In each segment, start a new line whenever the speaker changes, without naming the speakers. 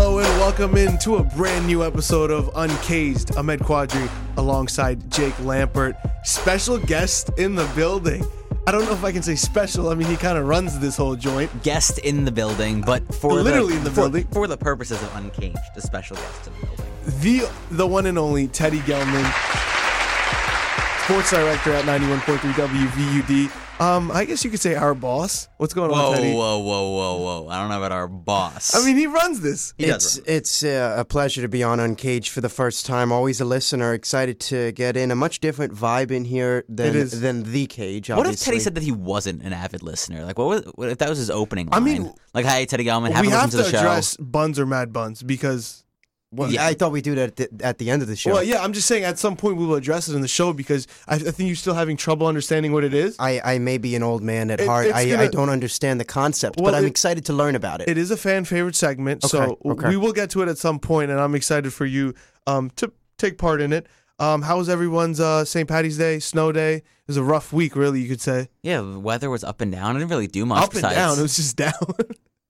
Welcome into a brand new episode of Uncaged. Ahmed Quadri alongside Jake Lampert. Special guest in the building. I don't know if I can say special. I mean, he kind of runs this whole joint.
guest in the building, but for
Literally
the,
in the
for,
building.
for the purposes of Uncaged, a special guest in the building.
The the one and only Teddy Gelman, sports director at 91.3 WVUD. Um, I guess you could say our boss. What's going on,
Whoa,
Teddy?
whoa, whoa, whoa, whoa! I don't know about our boss.
I mean, he runs this.
he
It's
does.
it's uh, a pleasure to be on Uncaged for the first time. Always a listener, excited to get in. A much different vibe in here than
It is.
than the cage.
run. What
Obviously.
if Teddy said that he wasn't an avid listener? Like, what, was, what if that was his opening
I
line?
mean,
like, hi, Teddy Gellman,
we
haven't
have
listened
to,
to the show.
address buns or mad buns because
Well, I thought we do that at the, at the end of the show.
Well, yeah, I'm just saying at some point we will address it in the show because I, I think you're still having trouble understanding what it is.
I, I may be an old man at
It-
heart.
it's
I, I
gonna-
don't understand the concept,
Well,
but I'm
it-
excited to learn about it.
It is a fan favorite segment, so
Okay, okay.
we will get to it at some point, and I'm excited for you um, to take part in it. Um, how was everyone's uh, St. Patty's Day, snow day? It was a rough week, really, you could say.
yeah, the weather was up and down. I didn't really do much
Up and
besides.
down, it was just down.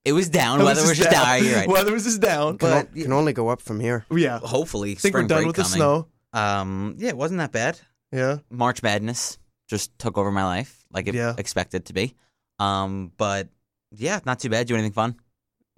It was down.
It
weather was just down. You're right.
Weather was just down,
can,
but
o- can only go up from here.
yeah, I
Hopefully,
think
spring
we're done
break
with the
coming.
snow.
Um, yeah, it wasn't that bad.
Yeah,
March Madness just took over my life, like it
Yeah.
expected to be. Um, but yeah, not too bad. Do anything fun?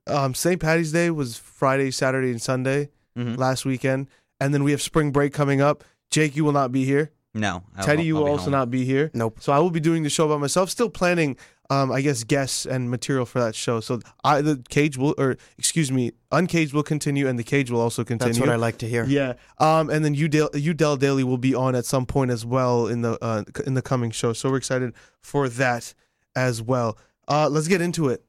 um, St. Patty's Day was Friday, Saturday, and Sunday
Mhm.
last weekend, and then we have spring break coming up. Jake, you will not be here.
No. I'll-
Teddy, you
I'll
will
be
also
home.
not be here.
Nope.
So I will be doing the show by myself, still planning, um, I guess, guests and material for that show. So I, the cage will, or excuse me, uncage will continue, and the cage will also continue.
That's what I like to hear.
Yeah. Um, and then you, Dale, you Del Daily will be on at some point as well in the uh, c- in the coming show. So we're excited for that as well. Uh, let's get into it.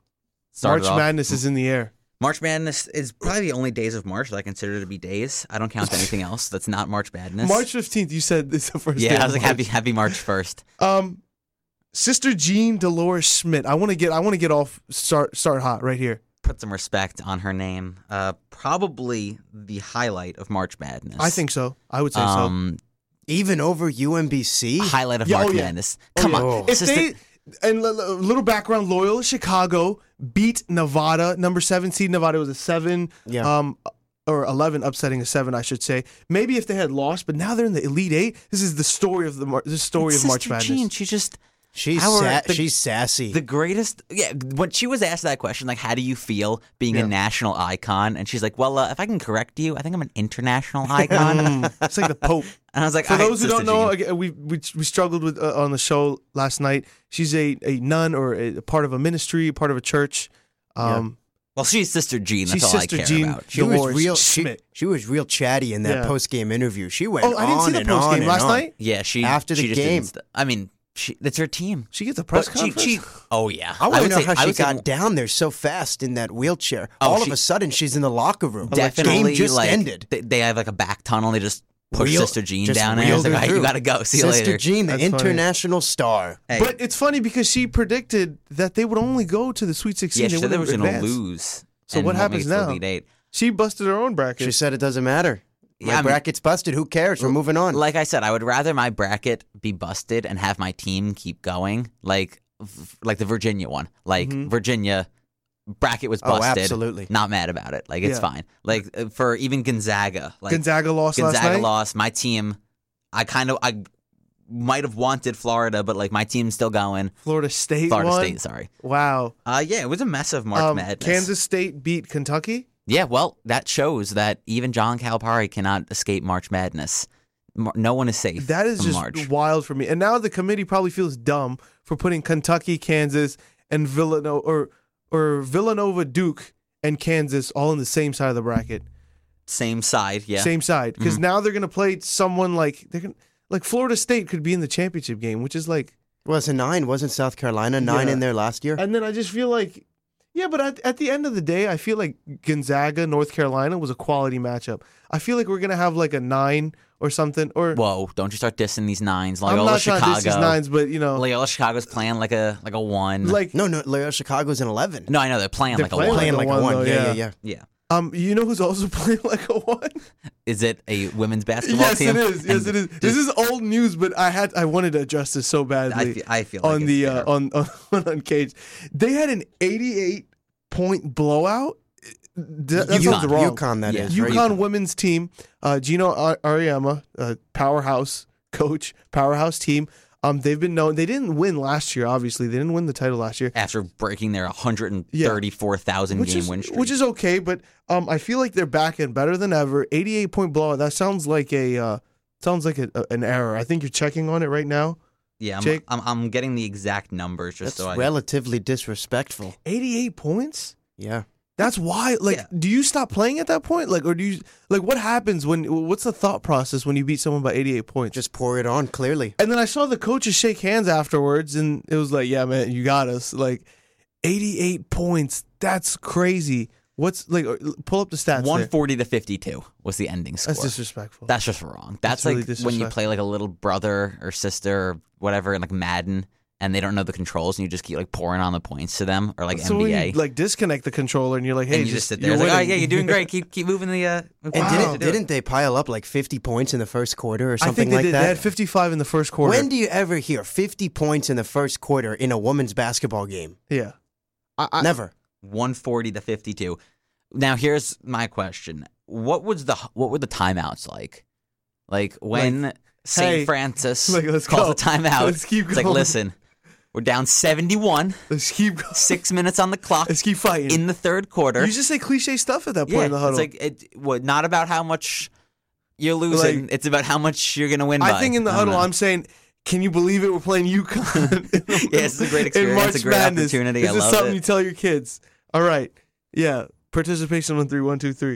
Started
March
off-
Madness is in the air.
March Madness is probably the only days of March that I consider to be days. I don't count anything else that's not March Madness.
March fifteenth. You said it's the first. day
Yeah, I
of
was like
March.
happy happy March first.
Um, Sister Jean Dolores Schmidt. I want to get. I want to get off. Start. Start hot right here.
Put some respect on her name. Uh, probably the highlight of March Madness.
I think so. I would say
Um,
Even over UMBC.
highlight of
Yeah, oh,
March
yeah.
Madness.
so.
Come
yeah.
on,
Oh.
If
Sister-
they and l- l- little background, loyal Chicago beat Nevada, number seven seed Nevada was a seven,
Yeah.
um, or eleven, upsetting a seven, I should say. Maybe if they had lost, but now they're in the elite eight. This is the story of the Mar- the story
Sister
of March Madness.
Jean, she just
she's
Our-
sa-
the-
she's sassy.
the greatest. Yeah, when she was asked that question, like, how do you feel being a national icon? And she's like, well, uh, if I can correct you, I think I'm an international icon. and
Mm, It's like the Pope.
I was like,
For
"All right,
those who don't
Sister
know,
Jean."
again, we, we we struggled with uh, on the show last night. She's a, a nun or a, a part of a ministry, part of a church. Um,
well, she's Sister Jean. That's
She's
all
Sister
I care
Jean.
about.
she was
Dolores
real. She,
Schmidt.
she was real chatty in that
Yeah.
post game interview. She went.
Oh, I didn't see
on
the
and on
post game
and
last
on.
night.
Yeah, she
After the
she just didn't
game.
st- I mean, she, that's her team.
She gets a press
But
conference.
She, she, oh yeah,
I want to know
say-
how
I
she
would say
got down there so fast in that wheelchair.
Oh,
All
she-
of a sudden, she's in the locker room.
Definitely,
game just
like,
ended.
They, they have like a back tunnel. They just push
Wheel-
Sister Jean
just
down there.
wheeled
It's like,
her
all right, you
through.
gotta go. See you
Sister
later.
Jean, the
That's funny.
international star.
Hey,
But it's funny because she predicted that they would only go to the Sweet Sixteen.
yeah, she
they
said they were
wouldn't
gonna
advance.
lose.
So
and
what
won't make
happens
it to the
now?
Elite Eight.
She busted her own bracket.
She said it doesn't matter.
Yeah,
My
I mean-
bracket's busted. Who cares? We're moving on.
Like I said, I would rather my bracket be busted and have my team keep going, like v- like the Virginia one, like
Mm-hmm.
Virginia bracket was
Oh,
busted.
absolutely.
not mad about it. Like it's
Yeah.
fine. Like uh, for even Gonzaga, like
Gonzaga lost last
Gonzaga
night.
lost. My team, I kind of I might have wanted Florida, but like my team's still going.
Florida State
Florida
won.
State, sorry.
Wow.
Uh, yeah, it was a mess of March
Um,
Madness.
Kansas State beat Kentucky.
Yeah, well, that shows that even John Calipari cannot escape March Madness. Mar- No one is safe.
That is
from
just
March.
wild for me. And now the committee probably feels dumb for putting Kentucky, Kansas, and Villanova or or Villanova, Duke, and Kansas all in the same side of the bracket,
same side. Yeah, Mm-hmm.
same side. Because now they're gonna play someone like they're gonna like Florida State could be in the championship game, which is like.
was it nine? Wasn't South Carolina nine
Yeah.
in there last year?
And then I just feel like, yeah, but at, at the end of the day, I feel like Gonzaga, North Carolina was a quality matchup. I feel like we're going to have like a nine or something. Or
Whoa! Don't you start dissing these nines,
I'm
Loyola
not trying to
Chicago.
diss these nines, but you know, like,
Loyola Chicago's playing like a like a one.
no, no. Loyola Chicago's an eleven.
no, I know they're playing
They're
like
playing
a one.
playing
like
like
a
a
one,
one.
though,
yeah,
yeah.
yeah, yeah.
yeah.
um, you know who's also playing like a one?
Is it a women's basketball
yes,
team?
it is. Yes, it
And
is. This is old news, but I had I wanted to address this so badly.
I feel, I feel
on
like
the
it's
uh,
fair.
on on on Cage, they had an 88 point blowout. Th- that sounds
UConn.
wrong.
UConn, that
Yeah.
is. right?
UConn women's team, uh, Gino Ar- Ariyama, uh, powerhouse coach, powerhouse team. Um, they've been known. They didn't win last year. Obviously, they didn't win the title last year,
after breaking their 134,000
which
game
is
win streak.
which is okay. But um, I feel like they're back in better than ever. Eighty-eight point blowout. That sounds like a uh, sounds like a, a- an error. I think you're checking on it right now.
yeah, I'm,
Jake-
I'm, I'm getting the exact numbers just
That's
so I
relatively disrespectful.
Eighty-eight points.
Yeah.
That's why. Like,
Yeah.
do you stop playing at that point? Like, or do you like what happens when? What's the thought process when you beat someone by eighty-eight points?
Just pour it on, clearly.
And then I saw the coaches shake hands afterwards, and it was like, yeah, man, you got us. Like, 88 points. That's crazy. What's like, uh, pull up the stats. there.
140 to 52 was the ending score.
That's disrespectful.
That's just wrong.
That's
That's,
really
like when you
disrespectful.
play like a little brother or sister or whatever in like Madden and they don't know the controls and you just keep like pouring on the points to them or like
so when
NBA.
you like disconnect the controller and you're like, hey,
and you just, sit there
you're
it's like, all right,
winning."
yeah, you're doing great. Keep keep moving the uh
And
Wow.
didn't didn't they pile up like 50 points in the first quarter or
I
something
think they
like
did. They
that?
had 55 in the first quarter.
when do you ever hear 50 points in the first quarter in a women's basketball game?
yeah. I, I,
Never.
140 to 52. Now here's my question. What was the what were the timeouts like? Like when St.
hey,
Francis
like, let's
calls
go.
a timeout.
Let's keep
It's like,
going.
listen, we're down 71,
let's keep going.
6 minutes on the clock
Let's keep fighting.
in the third quarter.
you just say cliche stuff at that point
yeah,
in the huddle.
it's like it, what, not about how much you're losing,
Like-
it's about how much you're going to win by.
I think in the
don't
huddle,
know.
I'm saying, can you believe it? We're playing UConn.
Yeah, it's a great experience,
In March
a great
Madness.
opportunity.
This
I
is
love
something
it.
you tell your kids. All right. Yeah. Participation on three, one, two, three.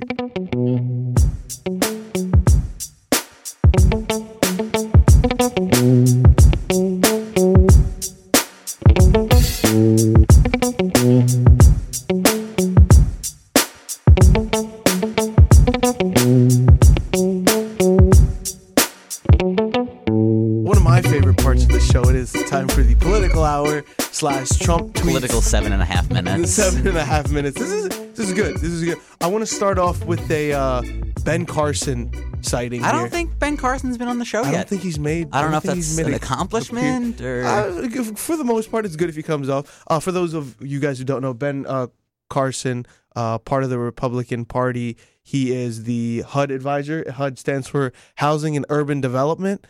One of my favorite parts of the show. It is time for the political hour slash Trump tweets.
Political seven and a half
The
minutes.
seven and a half minutes. This is this is good. This is good. I want to start off with a uh, Ben Carson sighting.
I don't
here.
think Ben Carson's been on the show
I
yet.
don't think he's made.
I don't know if
think he's
that's
made
an
a-
accomplishment or.
Uh, if- for the most part, it's good if he comes off. Uh, for those of you guys who don't know, Ben uh, Carson, uh, part of the Republican Party, he is the HUD advisor. HUD stands for Housing and Urban Development.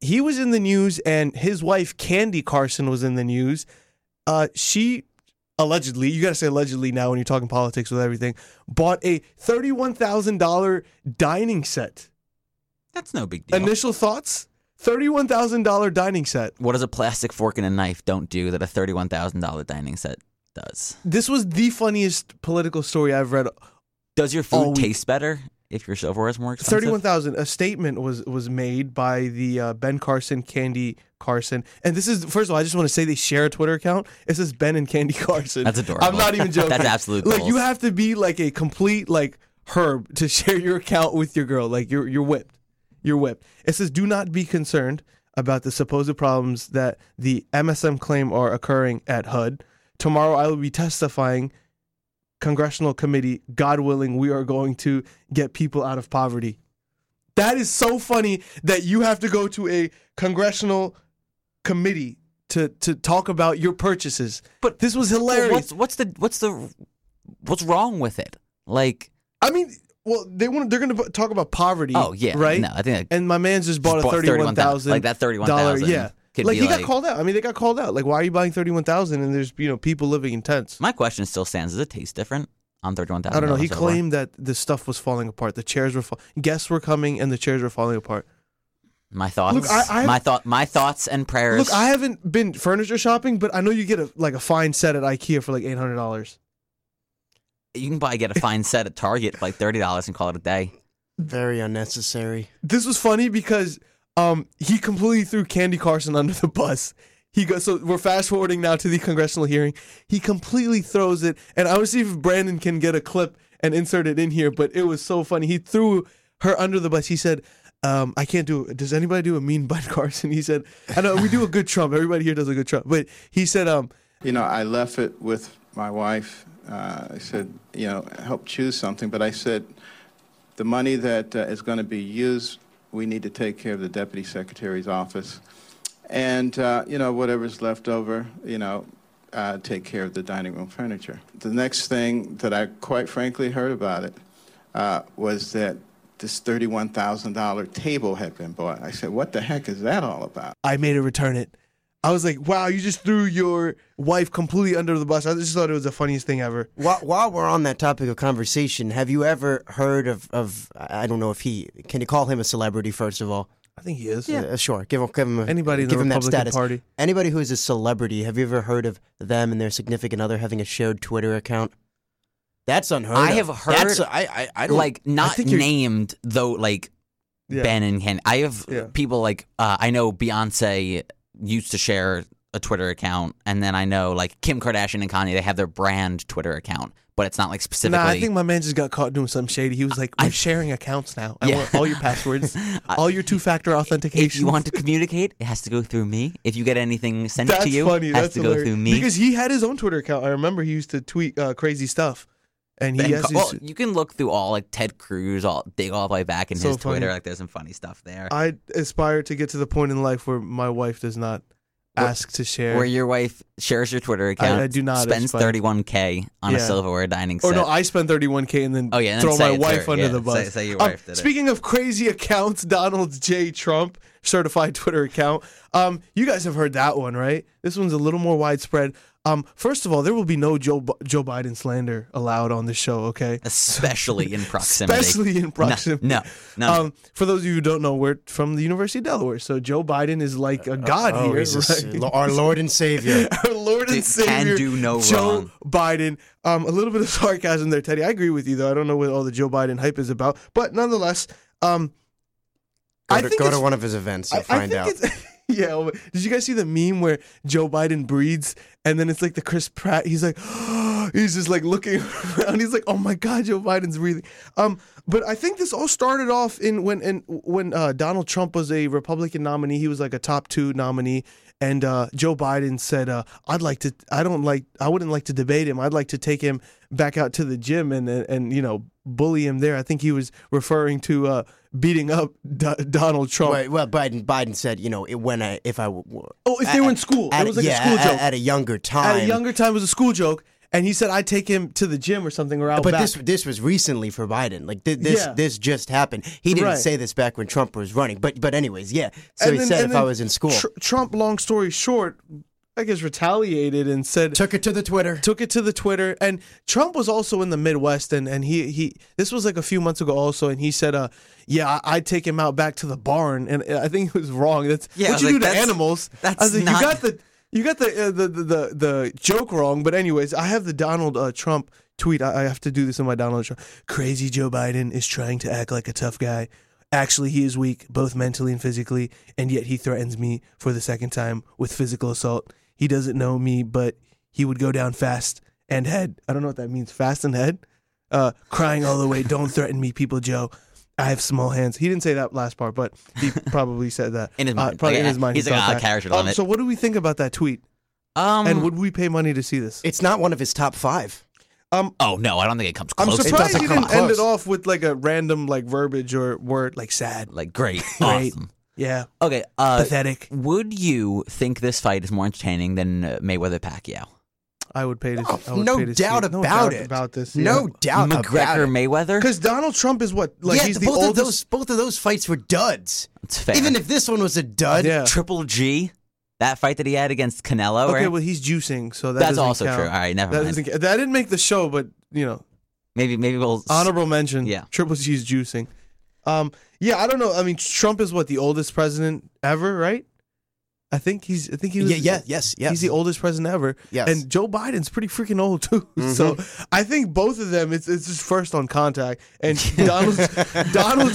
He was in the news, and his wife Candy Carson was in the news. Uh, she allegedly, you got to say allegedly now when you're talking politics with everything, bought a thirty-one thousand dollar dining set.
that's no big deal.
Initial thoughts: thirty-one thousand dollar dining set.
what does a plastic fork and a knife don't do that a thirty-one thousand dollar dining set does?
This was the funniest political story I've read.
Does your
All
food
week.
taste better if your silverware is more expensive?
Thirty-one thousand. A statement was was made by the uh, Ben Carson, Candy Carson, and this is first of all. I just want to say they share a Twitter account. It says Ben and Candy Carson.
That's adorable.
I'm not even joking.
That's absolute
Like
goals.
you have to be like a complete like herb to share your account with your girl. Like you're you're whipped. You're whipped. It says do not be concerned about the supposed problems that the MSM claim are occurring at HUD. Tomorrow I will be testifying congressional committee, God willing, we are going to get people out of poverty. That is so funny that you have to go to a congressional committee to to talk about your purchases. But this was
Well,
hilarious.
what's what's the what's the what's wrong with it? Like,
I mean, well, they want they're going to talk about poverty.
oh yeah,
right.
No, I think I
And my man's just bought
just
a
bought
thirty-one thousand,
like that thirty-one thousand.
Yeah,
could
like
be
he
like,
got called out. I mean, they got called out. Like, why are you buying thirty-one thousand? And there's you know people living in tents.
My question still stands: Does it taste different on thirty-one thousand?
I don't know. He claimed that the stuff was falling apart. The chairs were fall- guests were coming and the chairs were falling apart.
my thoughts.
Look, I- I-
my thought. My thoughts and prayers.
Look, I haven't been furniture shopping, but I know you get a like a fine set at IKEA for like eight hundred dollars.
you can probably get a fine set at Target for like thirty dollars and call it a day.
Very unnecessary.
This was funny because um he completely threw Candy Carson under the bus. He goes so we're fast forwarding now to the congressional hearing. He completely throws it, and I would see if Brandon can get a clip and insert it in here, but it was so funny. He threw her under the bus. He said, um, I can't do it. Does anybody do a mean Bud Carson? He said, I know we do a good Trump. Everybody here does a good Trump. But he said, um,
You know, I left it with my wife. Uh, I said, you know, help choose something, but I said, the money that uh, is going to be used, we need to take care of the deputy secretary's office, and uh, you know, whatever's left over, you know, uh, take care of the dining room furniture. The next thing that I quite frankly heard about it uh, was that this $31,000 table had been bought. I said, What the heck is that all about?
I made her return it. I was like, wow, you just threw your wife completely under the bus. I just thought it was the funniest thing ever.
While, while we're on that topic of conversation, have you ever heard of, of I don't know if he can you call him a celebrity first of all?
I think he is.
Uh, sure, give him give him a,
Anybody in the
give him that
Republican
status.
Party.
Anybody who is a celebrity, have you ever heard of them and their significant other having a shared Twitter account? That's unheard.
I
of.
have heard-
That's I I, I don't,
like not
think you're-
named though like
Yeah.
Ben and Ken. I have
Yeah.
people like uh, I know Beyonce used to share a Twitter account, and then I know like Kim Kardashian and Kanye they have their brand Twitter account, but it's not like specifically.
Nah, I think my man just got caught doing something shady. He was like, "I'm sharing accounts now. I
Yeah.
want all your passwords, all your two-factor
if
authentication."
you want to communicate, it has to go through me. If you get anything sent
that's
to you,
funny.
it has
That's
to
hilarious.
go through me.
because he had his own Twitter account. I remember he used to tweet uh, crazy stuff, and he
Ben
has
Car- well,
his-
you can look through all like Ted Cruz, all dig all the way back in
So
his Twitter.
funny.
Like there's some funny stuff there.
I aspire to get to the point in life where my wife does not ask to share.
where your wife shares your Twitter account,
I do not.
spends
It's fine.
31k on a
Yeah.
silverware dining set.
or Oh, no, I spend 31k and then
Oh, yeah, and then
throw
say
my
it's
wife
her.
under
Yeah,
the bus.
say- say your
Um,
wife did it.
Speaking of crazy accounts, Donald J. Trump certified Twitter account. Um, you guys have heard that one, right? This one's a little more widespread. Um, first of all, there will be no Joe B- Joe Biden slander allowed on this show. Okay,
especially in proximity.
especially in proximity.
No, no. no.
Um, for those of you who don't know, we're from the University of Delaware, so Joe Biden is like a god
oh,
here.
he's a s-
right?
our Lord and Savior.
our Lord and
Dude, can
Savior
do no
Joe
wrong.
Biden. Um, a little bit of sarcasm there, Teddy. I agree with you though. I don't know what all the Joe Biden hype is about, but nonetheless, um,
Go
I
to,
think
go to
it's-
one of his events. You'll
I, I
find
think
out.
it's- yeah. well, Did you guys see the meme where Joe Biden breathes and then it's like the Chris Pratt? He's like, he's just like looking around. He's like, oh my God, Joe Biden's breathing. Um, but I think this all started off in when in, when uh, Donald Trump was a Republican nominee. He was like a top two nominee. And uh, Joe Biden said, uh, "I'd like to. I don't like. I wouldn't like to debate him. I'd like to take him back out to the gym and and, and you know bully him there." I think he was referring to uh, beating up Do- Donald Trump.
Well, well, Biden Biden said, you know, it, when I if I w-
Oh, if they were in school,
at,
it was like
yeah,
a school
at,
joke. At,
at a younger time.
a younger time, it was a school joke, and he said, "I take him to the gym or something or out
but
back."
this this was recently for Biden. Like thi- this
Yeah.
this just happened. He didn't
Right.
say this back when Trump was running. But but anyways, yeah. So he
then-
said
and
if I
then
was in school,
Tr- Trump, long story short, I guess retaliated and said,
took it to the Twitter.
took it to the Twitter. And Trump was also in the Midwest, and and he he this was like a few months ago also, and he said, "Uh, yeah, I, I'd take him out back to the barn," and uh, I think it was wrong. That's
Yeah, I
what
was
you
like,
do to
that's-
animals.
that's
I was like, you
not-
got the you got the, uh, the the the the joke wrong. But anyways, I have the Donald uh, Trump tweet. I, I have to do this in my Donald Trump. Crazy Joe Biden is trying to act like a tough guy. Actually, he is weak, both mentally and physically, and yet he threatens me for the second time with physical assault. He doesn't know me, but he would go down fast and head. I don't know what that means. Fast and head. Uh, crying all the way. Don't threaten me, people, Joe. I have small hands. He didn't say that last part, but he probably said that
In his
Uh,
mind.
probably
Like,
in his mind. he
he's like,
thought
"Ah,
that."
character
Um,
limit.
So, what do we think about that tweet?
um,
Mm.
And would we pay money to see this?
It's not one of his top five.
oh no, I don't think it comes
I'm
close. to
surprised
doesn't
you
come
didn't end
close.
it off with like a random like verbiage or word like sad.
Like great,
Great.
awesome.
Yeah,
Okay, uh,
pathetic.
would you think this fight is more entertaining than uh, Mayweather Pacquiao?
I would pay to.
Oh,
I would
no
pay to see
doubt
it. No doubt
about it.
About this,
No
Oh,
doubt about
McGregor
it.
Mayweather.
because Donald Trump is what like
yeah,
he's the
both
oldest.
of those both of those fights were duds.
It's fair.
Even if this one was a dud,
Yeah.
Triple G, that fight that he had against Canelo.
uh, okay,
right?
well he's juicing, so that
that's
doesn't
also
count.
true. All right, never
That
mind.
doesn't. ca- That didn't make the show, but you know,
Maybe maybe we'll s-
honorable mention.
Yeah.
Triple G's juicing. Um, yeah, I don't know. I mean, Trump is what the oldest president ever, right? I think he's. I think he was.
yeah, yeah, yes, yes.
He's the oldest president ever.
Yes. Mm-hmm.
And Joe Biden's pretty freaking old too. So I think both of them, it's it's just first on contact. And Donald Donald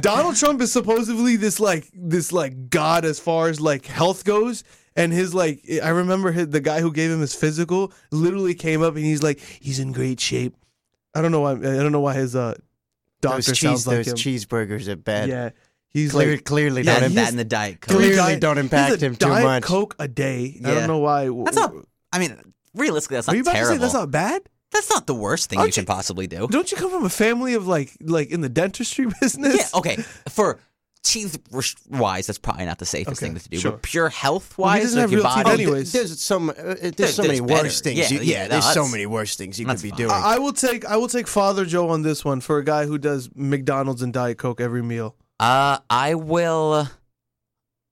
Donald Trump is supposedly this like this like god as far as like health goes. And his like, I remember his, the guy who gave him his physical literally came up and he's like, he's in great shape. I don't know why. I don't know why his uh, doctor
those cheese
sounds like
those
him.
cheeseburgers are bad.
yeah, he's
Clear,
like
clearly
Yeah,
that,
not
he
in
is-
that and the diet coke.
Clearly
Diet-
don't impact
he's a
him too
Diet
much.
Coke a day. I
Yeah.
don't know why.
That's not. I mean, realistically, that's
Are
not
you about
terrible.
to say that's not bad?
That's not the worst thing you
Aren't
can
you-
possibly do.
Don't you come from a family of like like in the dentistry business?
Yeah, okay. For teeth res- wise, that's probably not the safest
Okay,
thing to do.
sure.
But pure health
he
wise,
doesn't have
like your
real teeth
body.
anyway. Anyways.
Oh, there's so mu- uh, uh, there's, so
there's
many
better.
worse things.
Yeah,
you,
yeah,
yeah,
no,
there's so
that's-
many worse things you
that's
could be
fine.
doing.
I I will take I will take Father Joe on this one for a guy who does McDonald's and Diet Coke every meal.
Uh, I will.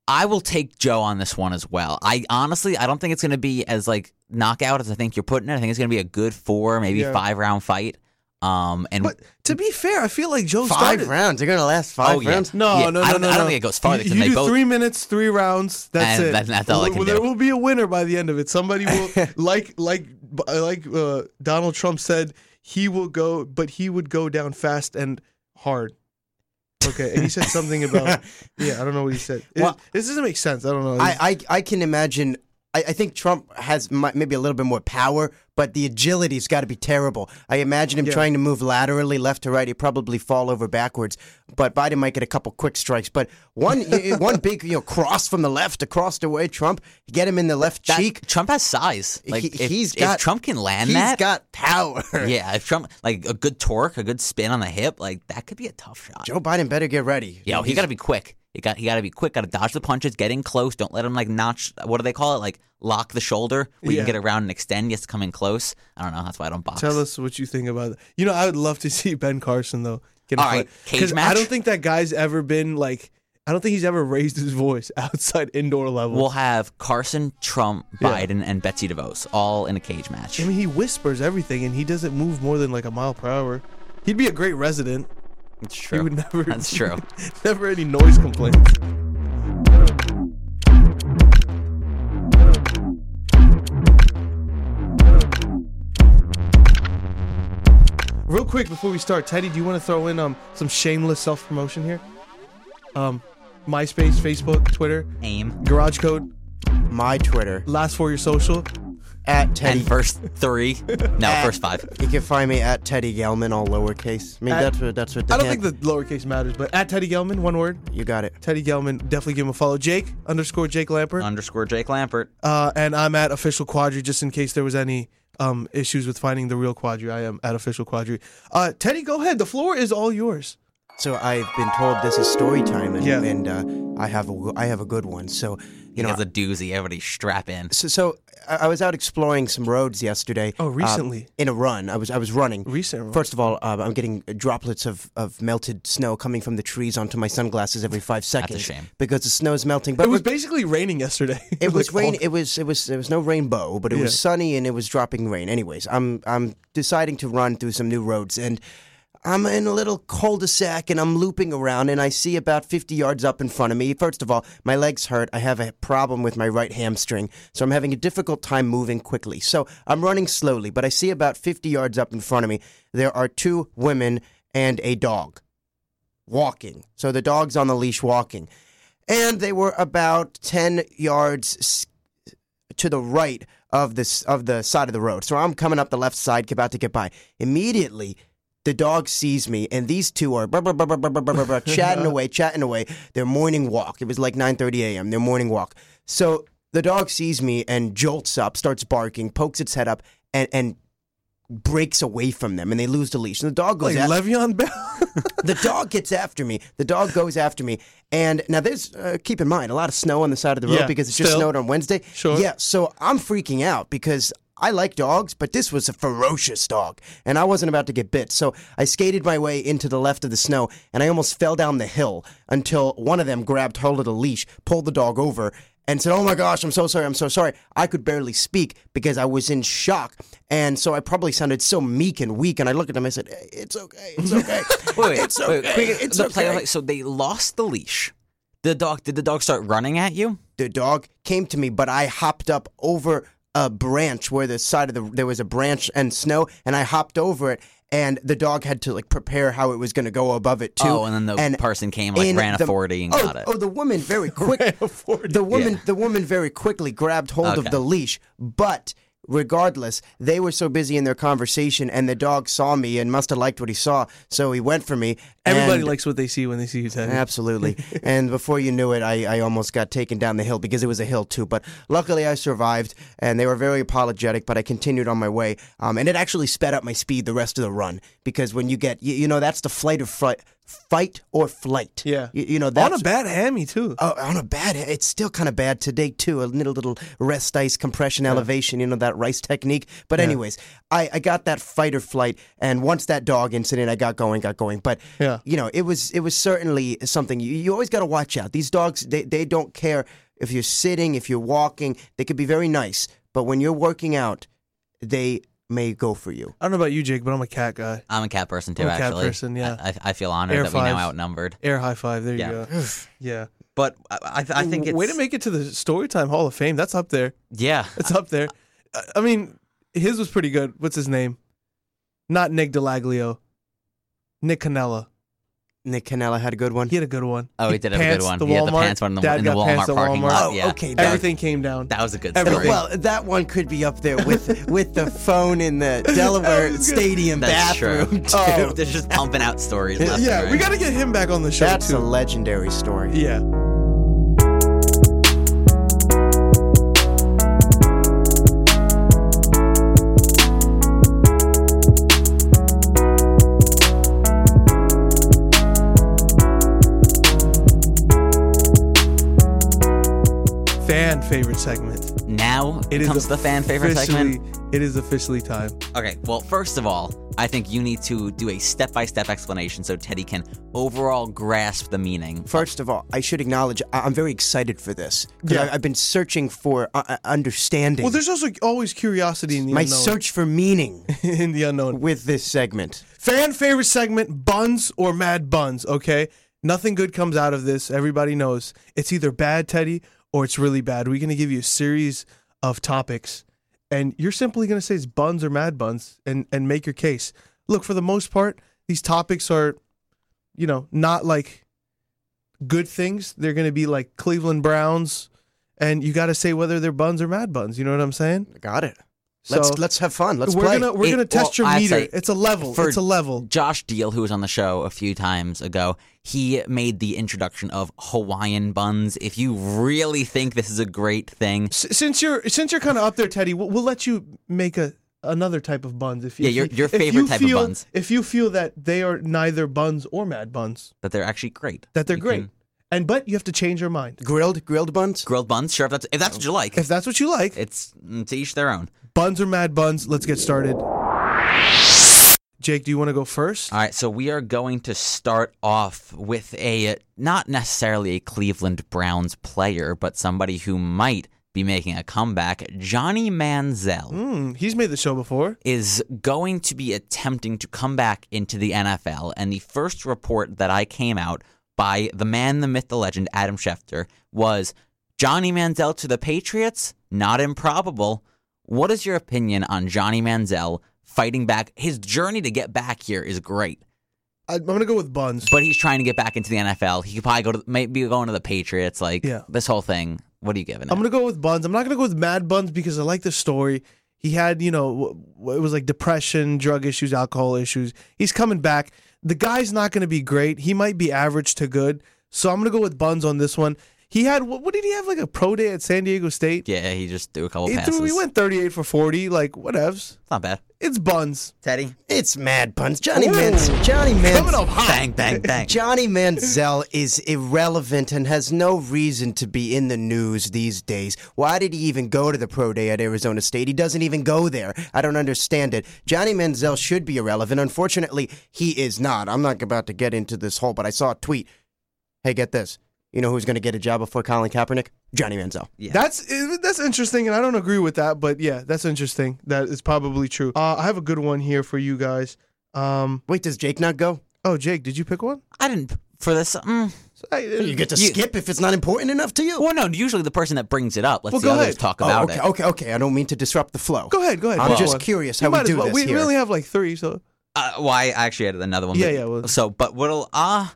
I will take Joe on this one as well. I honestly, I don't think it's going to be as like knockout as I think you're putting it. I think it's going to be a good four, maybe
Yeah.
five round fight. Um, and
But to be fair, I feel like Joe
five
started.
rounds. They're gonna last five
Oh, yeah.
rounds.
No,
Yeah,
no, no,
I don't-
no,
I don't
no.
think it goes farther,
You,
'cause
you
they
do
both-
three minutes, three rounds. That's
And
it.
that- that's all I
Well,
can
There
do.
will be a winner by the end of it. Somebody will, like, like, like uh, Donald Trump said, he will go, but he would go down fast and hard. Okay, and he said something about yeah, I don't know what he said. It-
Well-
this doesn't make sense. I don't know.
I, I I can imagine. I, I think Trump has mi- maybe a little bit more power, but the agility's got to be terrible. I imagine him
Yeah.
trying to move laterally, left to right. He'd probably fall over backwards. But Biden might get a couple quick strikes. But one y- y- one big you know cross from the left across the way. Trump get him in the left
that-
cheek.
Trump has size. Like
He-
if,
he's
if
got-
Trump can land
He's
that.
got power.
yeah, if Trump like a good torque, a good spin on the hip, like that could be a tough shot.
Joe Biden better get ready.
Yo, he got to be quick. He got he got to be quick. Got to dodge the punches, get in close. Don't let him like notch. What do they call it? Like lock the shoulder where you
Yeah.
can get around and extend. He has to come in close. I don't know. That's why I don't box.
Tell us what you think about it. You know, I would love to see Ben Carson though. Get a
All right,
fight.
cage
'Cause I
match?
don't think that guy's ever been like. I don't think he's ever raised his voice outside indoor level.
We'll have Carson, Trump,
Yeah.
Biden, and Betsy DeVos all in a cage match.
I mean, he whispers everything, and he doesn't move more than like a mile per hour. He'd be a great resident.
That's
He
true.
would never.
That's true.
never any noise complaints. Real quick before we start, Teddy, do you want to throw in um some shameless self promotion here? Um, MySpace, Facebook, Twitter,
Aim
Garage Code,
my Twitter
last for your social.
at Teddy.
and first three. No, first five.
You can find me at Teddy Gelman, all lowercase. I mean,
At-
that's what that's what. They
I don't
had.
think the lowercase matters, but at Teddy Gelman, one word.
you got it.
Teddy Gelman, definitely give him a follow. Jake underscore Jake Lampert.
Underscore Jake Lampert.
Uh, and I'm at official quadri just in case there was any um, issues with finding the real quadri. I am at official quadri. Uh, Teddy, go ahead. The floor is all yours.
So I've been told this is story time, and,
Yeah.
and uh, I have a I have a good one. So you
He
know,
has a doozy. Everybody strap in.
so, so I I was out exploring some roads yesterday.
Oh,
uh,
recently.
in a run, I was I was running.
Recent run.
First of all, um, I'm getting droplets of, of melted snow coming from the trees onto my sunglasses every five seconds.
shame.
Because the snow's melting. But
It was
we're-
basically raining yesterday.
it was
Like, all-
rain. It was it was there was no rainbow, but it was
Yeah.
sunny and it was dropping rain. Anyways, I'm I'm deciding to run through some new roads and. I'm in a little cul-de-sac and I'm looping around and I see about 50 yards up in front of me. First of all, my legs hurt. I have a problem with my right hamstring, so I'm having a difficult time moving quickly. So I'm running slowly, but I see about 50 yards up in front of me, there are two women and a dog walking. So the dog's on the leash walking. And they were about 10 yards s- to the right of this of the side of the road. So I'm coming up the left side, about to get by. Immediately, the dog sees me, and these two are brr, brr, brr, brr, brr, brr, brr, brr, chatting away, chatting away. Their morning walk. It was like 9:30 a.m. Their morning walk. So the dog sees me and jolts up, starts barking, pokes its head up, and and breaks away from them, and they lose the leash. And the dog goes
like
at-
Le'Veon Bell.
the dog gets after me. The dog goes after me. And now there's, uh, keep in mind, a lot of snow on the side of the road
Yeah,
because it just
still.
snowed on Wednesday.
Sure.
Yeah, so I'm freaking out because I like dogs, but this was a ferocious dog. And I wasn't about to get bit. So I skated my way into the left of the snow and I almost fell down the hill until one of them grabbed hold of the leash, pulled the dog over. And said, "Oh my gosh, I'm so sorry. I'm so sorry. I could barely speak because I was in shock, and so I probably sounded so meek and weak." And I looked at him. I said, "Hey, "It's okay. It's okay. it's okay.
quick,
it's
the
okay."
player- so they lost the leash. The dog. Did the dog start running at you?
the dog came to me, but I hopped up over a branch where the side of the there was a branch and snow, and I hopped over it. And the dog had to like prepare how it was going to go above it too.
Oh, and then the person came, like,
in
ran a 40 and
oh,
got it.
Oh, the woman very quick. The woman, the woman very quickly grabbed hold of
Okay.
the leash, but. Regardless, they were so busy in their conversation, and the dog saw me and must have liked what he saw, so he went for me.
Everybody
and-
likes what they see when they see you, Teddy.
Absolutely. and before you knew it, I, I almost got taken down the hill because it was a hill too. But luckily, I survived, and they were very apologetic. But I continued on my way, um, and it actually sped up my speed the rest of the run because when you get, you, you know, that's the flight of fright, fight or flight.
Yeah.
You, you know,
On
that's
a bad hammy too.
Oh, on a bad, it's still kind of bad today too. A little, little rest ice compression elevation, you know that rice technique. But anyways, I, I got that fight or flight, and once that dog incident, I got going, got going. But
Yeah.
you know, it was it was certainly something you, you always got to watch out. These dogs, they they don't care if you're sitting, if you're walking. They could be very nice, but when you're working out, they may go for you.
I don't know about you, Jake, but I'm a cat guy.
I'm a cat person too.
I'm a cat
actually,
person, yeah.
I, I, I feel honored
Air
that we now
fives.
outnumbered.
Air high five. There
Yeah.
you go. Yeah.
But I, I, I think it's
way to make it to the Storytime Hall of Fame. That's up there.
yeah.
It's up there. I, I mean, his was pretty good. What's his name? Not Nick Delaglio. Nick Canella.
Nick Canella had a good one.
He had a good one.
Oh, he did have a
pants,
good one.
the
He had the
Walmart.
pants one in the,
Dad
in the
got
Walmart
pants at
parking
Walmart.
lot.
Oh,
yeah.
okay, that-
Everything came down.
That was a good
Everything.
story.
Well, that one could be up there with with the phone in the Delaware Stadium
That's
bathroom.
true.
too.
Oh. They're just pumping out stories. Left
yeah,
and right.
we got to get him back on the show
That's
too.
a legendary story.
yeah. Fan favorite segment.
now
It is
comes the fan favorite
officially-
segment.
It is officially time.
Okay, well, first of all, I think you need to do a step by step explanation so Teddy can overall grasp the meaning.
First of all, I should acknowledge I- I'm very excited for this. 'cause
Yeah.
I- I've been searching for uh, uh, understanding.
Well, there's also always curiosity in the
my
unknown.
search for meaning
in the unknown.
with this segment.
Fan favorite segment, buns or mad buns, okay? Nothing good comes out of this. Everybody knows. It's either bad, Teddy, or it's really bad. We're going to give you a series of topics, and you're simply going to say it's buns or mad buns and, and make your case. Look, for the most part, these topics are, you know, not like good things. They're going to be like Cleveland Browns, and you got to say whether they're buns or mad buns. You know what I'm saying?
Got it. Let's
So-
let's have fun. Let's
we're
play.
gonna we're
It-
gonna test
well,
your
I'd
meter.
say
it's a level.
for-
it's a level.
Josh Deal, who was on the show a few times ago, he made the introduction of Hawaiian buns. If you really think this is a great thing,
S- since you're since you're kind of up there, Teddy, we'll, we'll let you make a another type of buns. If you,
Yeah,
if
your-
you-
your
if you
favorite type of
feel-
buns.
If you feel that they are neither buns or mad buns,
that they're actually great.
that they're
You
great,
can-
and but you have to change your mind
grilled grilled buns.
grilled buns, sure, if that's, if that's what you like.
if that's what you like.
It's mm, to each their own.
Buns or mad buns? Let's get started. Jake, do you want to go first?
All right, so we are going to start off with a not necessarily a Cleveland Browns player, but somebody who might be making a comeback. Johnny Manziel
Hmm, he's made the show before.
is going to be attempting to come back into the NFL, and the first report that I came out by the man, the myth, the legend, Adam Schefter, was Johnny Manziel to the Patriots? Not improbable. What is your opinion on Johnny Manziel fighting back? His journey to get back here is great
I, I'm gonna go with buns.
but he's trying to get back into the NFL. He could probably go to maybe going to the Patriots. Like
Yeah.
this whole thing. What are you giving?
I'm
it?
gonna go with buns. I'm not gonna go with mad buns because I like the story. He had, you know, w- it was like depression, drug issues, alcohol issues. He's coming back. The guy's not gonna be great. He might be average to good. So I'm gonna go with buns on this one. He had what, what did he have like a pro day at San Diego State?
yeah, he just threw a couple
he,
passes.
threw, he went 38 for 40. Like whatevs.
It's not bad.
It's buns.
Teddy,
It's mad buns. Johnny
Ooh.
Manziel. Johnny
Coming
Manziel.
up hot.
bang, bang, bang.
Johnny Manziel is irrelevant and has no reason to be in the news these days. Why did he even go to the pro day at Arizona State? He doesn't even go there. I don't understand it. Johnny Manziel should be irrelevant. Unfortunately, he is not. I'm not about to get into this hole, but I saw a tweet. Hey, get this. You know who's going to get a job before Colin Kaepernick? Johnny Manziel.
That's eh, that's interesting, and I don't agree with that, but yeah, that's interesting. That is probably true. Uh, I have a good one here for you guys. Um,
Wait, does Jake not go?
oh, Jake, did you pick one?
I didn't for this. Mm,
I-
You get to
You-
skip if it's not important enough to you.
well, no. Usually the person that brings it up lets
Well,
the
go
others
ahead.
talk
Oh,
about
okay,
it.
okay, okay. I don't mean to disrupt the flow.
Go ahead, go ahead.
I'm
pick
just
one.
curious
You
how we
might as
do
well-
this
We
here.
only have like three, so
Uh, well, I actually added another one.
Yeah,
but-
yeah, well-
so, but what'll uh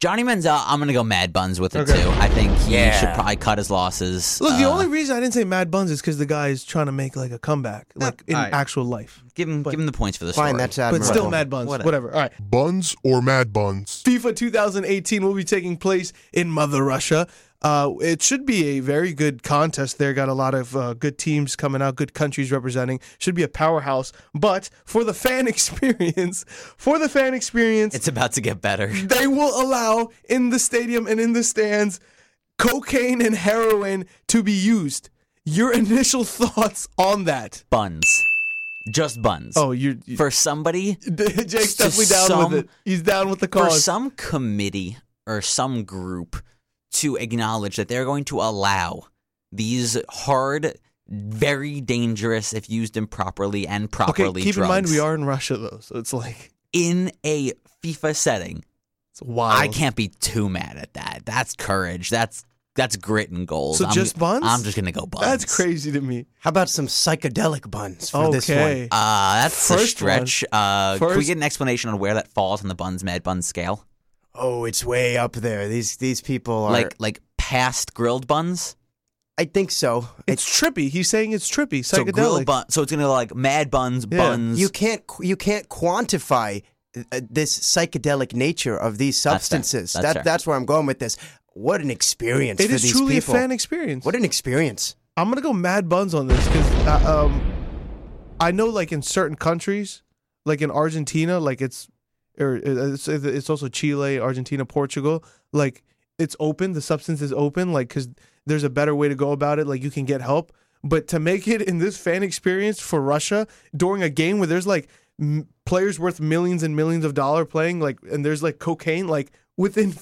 Johnny Manziel? I'm gonna go Mad Buns with it too. I think he should probably cut his losses.
look. The
Uh,
only reason I didn't say Mad Buns is because the guy is trying to make like a comeback, like in
alright.
actual life.
give him give him the points for the
Fine,
story.
that's uh,
But
admirable.
still, Mad Buns,
Whatever.
whatever. All right,
buns or mad buns.
FIFA 2018 will be taking place in Mother Russia. Uh, it should be a very good contest. There got a lot of uh, good teams coming out, good countries representing. Should be a powerhouse. But for the fan experience, for the fan experience,
It's about to get better.
they will allow in the stadium and in the stands cocaine and heroin to be used. Your initial thoughts on that?
Buns. Just buns.
Oh, you're, you
For somebody,
Jake's definitely
to
down
some-
with it. He's down with the
for
cause.
some committee or some group to acknowledge that they're going to allow these hard, very dangerous, if used improperly and
okay,
properly,
keep in mind
drugs
we are in Russia though, so it's like
in a FIFA setting.
it's wild.
I can't be too mad at that. That's courage. That's that's grit and gold.
So
I'm,
just buns?
I'm just gonna go buns.
That's crazy to me.
How about some psychedelic buns for this one?
Okay.
Uh, that's a
First
stretch. Uh, Can we
First-
get an explanation on where that falls on the buns med buns scale?
Oh, it's way up there. These these people are.
Like like past grilled buns.
I think so.
It's trippy. He's saying it's trippy.
So grilled
Psychedelic.
bun. So it's gonna go like mad buns,
Yeah.
buns.
you can't qu- you can't quantify uh, this psychedelic nature of these
fair.
substances.
That's
that,
fair.
that's where I'm going with this. What an experience
it
for
is
these
truly
people.
a fan experience.
what an experience.
I'm gonna go mad buns on this because uh, um, I know like in certain countries, like in Argentina, like it's or uh, it's, it's also Chile, Argentina, Portugal, like it's open. The substance is open, like because there's a better way to go about it. Like you can get help, but to make it in this fan experience for Russia during a game where there's like m- players worth millions and millions of dollar playing, like and there's like cocaine, like within.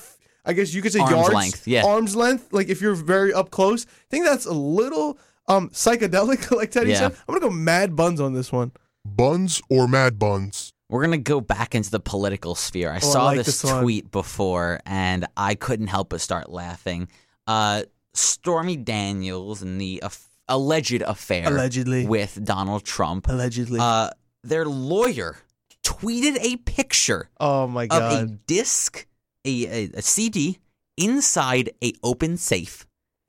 I guess you could say
Arm's
yards,
length, yeah.
arm's length. Like if you're very up close, I think that's a little um psychedelic, like Teddy
Yeah.
said. I'm gonna go mad buns on this one.
Buns or mad buns?
We're gonna go back into the political sphere. I saw
Oh, like
this,
this one.
tweet before, and I couldn't help but start laughing. Uh, Stormy Daniels and the aff- alleged affair
Allegedly.
with Donald Trump.
Allegedly.
Uh, their lawyer tweeted a picture
oh my
of
god.
a disc, a, a, a CD inside a open safe,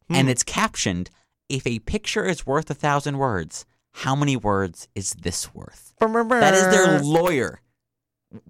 Hmm.
and it's captioned: "If a picture is worth a thousand words, how many words is this worth?" That is their lawyer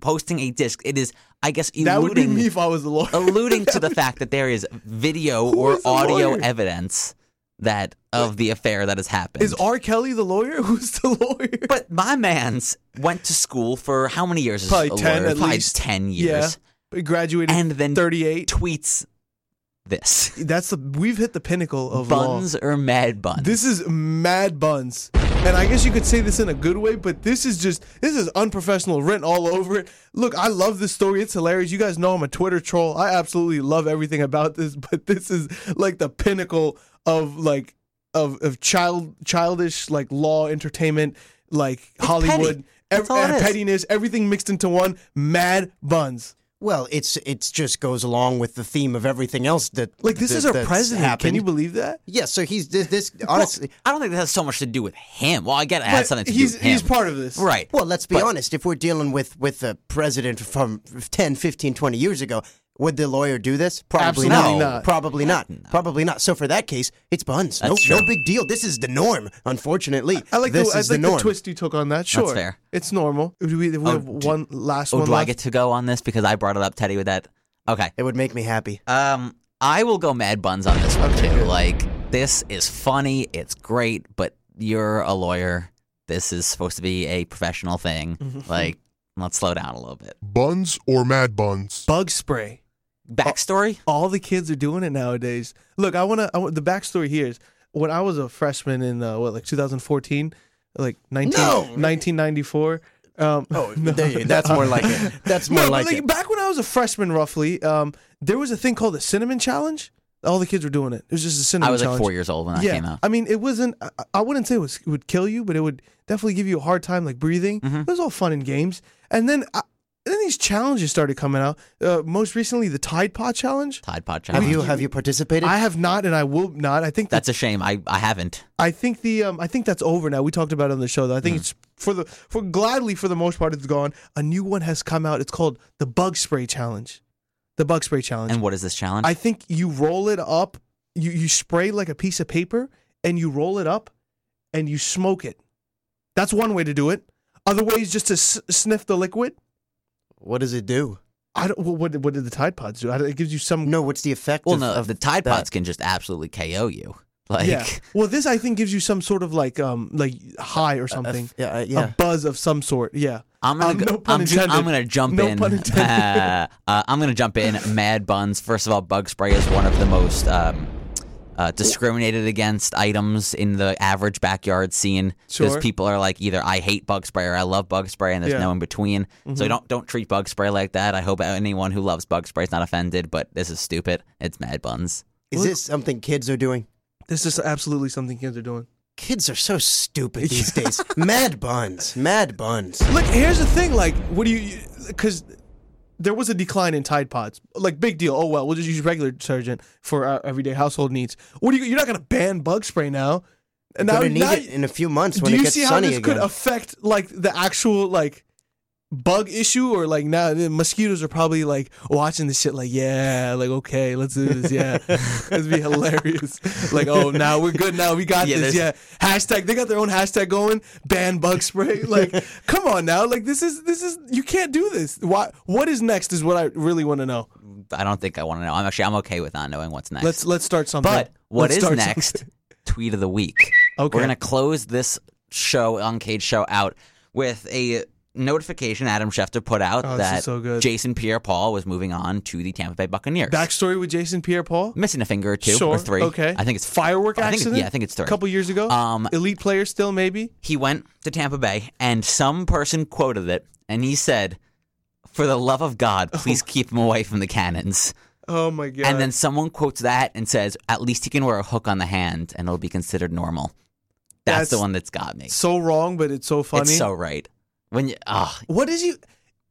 posting a disc. It is, I guess, eluding
That would be me if I was the lawyer.
alluding to the fact that there is video
Who
or
is the
audio
lawyer?
evidence that of the affair that has happened.
Is R. Kelly the lawyer? Who's the lawyer?
but my man's went to school for how many years? as
Probably
a
10
lawyer?
at
Probably
least.
ten
Yeah.
years.
He graduated
And then
38.
tweets this.
That's the we've hit the pinnacle of law.
Buns or mad buns?
This is mad buns. And I guess you could say this in a good way, but this is just this is unprofessional rent all over it. Look, I love this story. It's hilarious. You guys know I'm a Twitter troll. I absolutely love everything about this, but this is like the pinnacle of like of of child childish like law entertainment, like Hollywood,
That's all it
and
is.
pettiness, everything mixed into one. Mad buns.
Well, it's it's just goes along with the theme of everything else that
Like this
that-
is our
that's
president. Can
happened.
you believe that?
Yeah, so he's this, this
Well,
honestly.
I don't think that has so much to do with him. Well, I get it has
But
something to
he's
do with him.
he's part of this.
right.
Well, let's be
But-
honest. If we're dealing with with a president from 10, 15, 20 years ago, would the lawyer do this? Probably
Absolutely
not.
not.
Probably not. Probably not. So for that case, it's buns. No,
That's
no
true.
big deal. This is the norm. Unfortunately,
I like
this
the, I
is
like
the norm.
twist you took on that. Sure,
fair.
It's normal. Do we, do we have one last
Oh,
one
do I
left?
get to go on this because I brought it up, Teddy, with that? Okay.
It would make me happy.
Um, I will go mad buns on this one too. Like this is funny, it's great, but you're a lawyer. This is supposed to be a professional thing.
Mhm.
like, let's slow down a little bit.
Buns or mad buns?
Bug spray.
Backstory.
All the kids are doing it nowadays. Look, I want to. I want, the backstory here is when I was a freshman in uh, what, like 2014, like 19,
No!
1994. Um,
Oh, there you- that's more like it. That's more
no,
like,
but like
it.
back when I was a freshman, roughly, um, there was a thing called the cinnamon challenge. All the kids were doing it. It was just a cinnamon.
I was like
challenge.
four years old when that
yeah,
came out.
I mean, it wasn't. I, I wouldn't say it was it would kill you, but it would definitely give you a hard time, like breathing.
Mm-hmm.
It was all fun and games, and then I, then these challenges started coming out. Uh, most recently, the Tide Pod challenge.
Tide Pod
Have
challenge.
you have you participated?
I have not, and I will not. I think
That's
that's.
a shame. I, I haven't.
I think the. Um, I think that's over now. We talked about it on the show. Though. I think
Mm.
it's for the for gladly for the most part it's gone. A new one has come out. It's called the Bug Spray Challenge. The Bug Spray Challenge.
And what is this challenge?
I think you roll it up. You you spray like a piece of paper and you roll it up, and you smoke it. That's one way to do it. Other way is just to s- sniff the liquid.
what does it do?
I don't. What, what did the Tide Pods do? I don't- It gives you some.
No, what's the effect
Well,
of,
no,
of
the Tide
that?
Pods can just absolutely KO you. Like,
yeah. Well, this I think gives you some sort of like um like high or something.
yeah, uh,
A
yeah.
buzz of some sort. Yeah.
I'm gonna
Um,
go,
no pun
I'm, ju-
intended.
I'm gonna jump
No
in.
pun intended.
uh, uh, I'm gonna jump in. Mad buns. First of all, bug spray is one of the most um, uh, discriminated against items in the average backyard scene because
Sure.
people are like either I hate bug spray or I love bug spray, and there's
Yeah. Mm-hmm.
no in between. So don't don't treat bug spray like that. I hope anyone who loves bug spray is not offended, but this is stupid. It's mad buns.
Is this something kids are doing?
This is absolutely something kids are doing.
Kids are so stupid these days. Mad buns, mad buns.
Look, here's the thing. Like, what do you? Because there was a decline in Tide Pods. Like, big deal. Oh well, we'll just use regular detergent for our everyday household needs. What do you? You're not gonna ban bug spray now. And
Gonna need it in a few months when
do
it
you
gets
see how
sunny
this
again.
could affect like the actual like bug issue or like now the mosquitoes are probably like watching this shit like yeah like okay let's do this yeah it'd be hilarious like oh now we're good now we got
Yeah,
this yeah hashtag they got their own hashtag going ban bug spray like come on now like this is this is you can't do this why what is next is what i really want to know
I don't think I want to know. I'm actually I'm okay with not knowing what's next.
let's let's start something
But what
Let's
is
start
next?
something.
Tweet of the week.
Okay.
We're gonna close this show, Uncaged show, out with a notification Adam Schefter put out
Oh, this is
that
so good.
Jason Pierre-Paul was moving on to the Tampa Bay Buccaneers.
backstory with jason pierre-paul
Missing a finger or two
sure.
or three.
Okay.
I think it's
firework
I think it's-
accident.
yeah, I think it's three.
A couple years ago.
Um,
elite player still maybe.
He went to Tampa Bay, and some person quoted it, and he said, "For the love of God, please keep him away from the cannons."
Oh my god.
And then someone quotes that and says, "At least he can wear a hook on the hand, and it'll be considered normal." That's, the
That's-
one that's got me.
so wrong, but it's so funny.
It's so right. When you, ah,
what is he?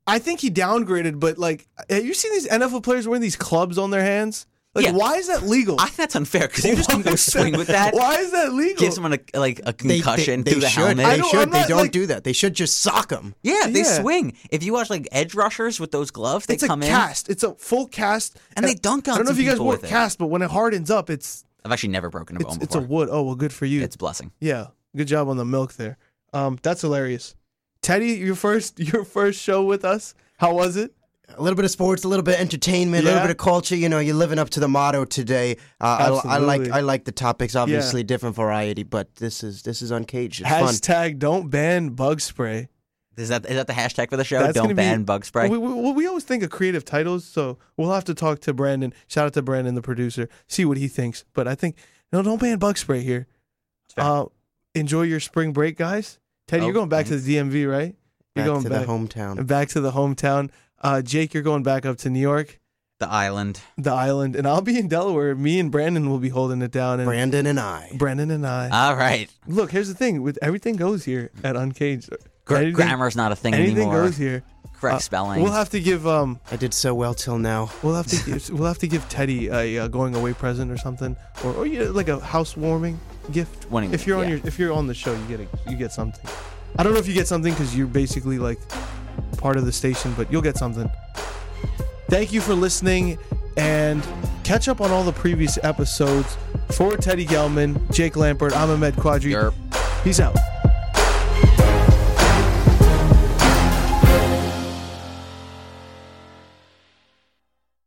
I think he downgraded, but like, have you seen these NFL players wearing these clubs on their hands? Like,
Yeah.
why is that legal?
I think that's unfair because you just
Why
can go
is
swing with that.
Why is that legal?
Give someone a, like a
They- they-
concussion
they,
through the
should.
helmet.
I
They
don't-
should.
I'm
They
not,
don't
like-
do that. They should just sock them.
yeah, they
Yeah.
swing. If you watch like edge rushers with those gloves, they
it's a
come in.
cast. It's a full cast,
And they dunk on
I don't know if
some
you guys
people
wore
with it.
cast, but when it hardens up, it's
I've actually never broken a bone
it's, it's a
before.
wood. Oh well, good for you.
it's a blessing.
Yeah, good job on the milk there. Um, that's hilarious. Teddy, your first your first show with us. How was it?
A little bit of sports, a little bit of entertainment, a
Yeah.
little bit of culture. You know, you're living up to the motto today. Uh, I, I like
Absolutely.
I like the topics. Obviously, different variety, but this is this is uncaged. It's fun.
Hashtag don't ban bug spray.
Is that is that the hashtag for the show?
That's gonna
Don't
be-
ban bug spray.
We, we, well, we always think of creative titles, so we'll have to talk to Brandon. Shout out to Brandon, the producer, see what he thinks. But I think no, don't ban bug spray here. Uh, enjoy your spring break, guys. Teddy,
Oh,
you're going back to the DMV, right? You're
Back
going
to
back
the hometown.
back to the hometown. Uh, Jake, you're going back up to New York,
the island.
the island, and I'll be in Delaware. Me and Brandon will be holding it down, and
Brandon and I.
Brandon and I.
All right.
Look, here's the thing: with everything goes here at Uncaged.
Gr-
Anything-
grammar's not a thing
Anything
anymore.
goes here.
Correct
Uh,
spelling.
We'll have to give um
I did so well till now.
We'll have to give, we'll have to give Teddy a uh, going away present or something, or, or you know, like a housewarming gift.
Winning-
if you're on
yeah.
your if you're on the show, you get a, you get something. I don't know if you get something because you're basically like part of the station, but you'll get something. Thank you for listening, and catch up on all the previous episodes. For Teddy Gelman, Jake Lampert, I'm Ahmed Quadri.
Yerp.
Peace out.